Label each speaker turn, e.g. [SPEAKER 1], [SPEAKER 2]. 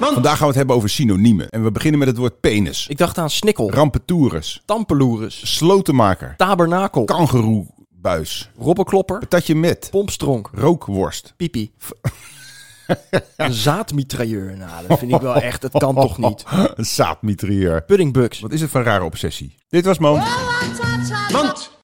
[SPEAKER 1] Vandaag gaan we het hebben over synoniemen. En we beginnen met het woord penis.
[SPEAKER 2] Ik dacht aan snikkel,
[SPEAKER 1] Rampentoerus.
[SPEAKER 2] tampeloerus,
[SPEAKER 1] Slotenmaker.
[SPEAKER 2] tabernakel,
[SPEAKER 1] Kangeroebuis.
[SPEAKER 2] robbenklopper,
[SPEAKER 1] Patatje met.
[SPEAKER 2] pompstronk,
[SPEAKER 1] Rookworst.
[SPEAKER 2] pipi. Een zaadmitrailleur, nou dat vind ik wel echt, dat kan toch niet.
[SPEAKER 1] Oh, Een zaadmitrieur.
[SPEAKER 2] Puddingbugs.
[SPEAKER 1] Wat is het voor een rare obsessie? Dit was Mand.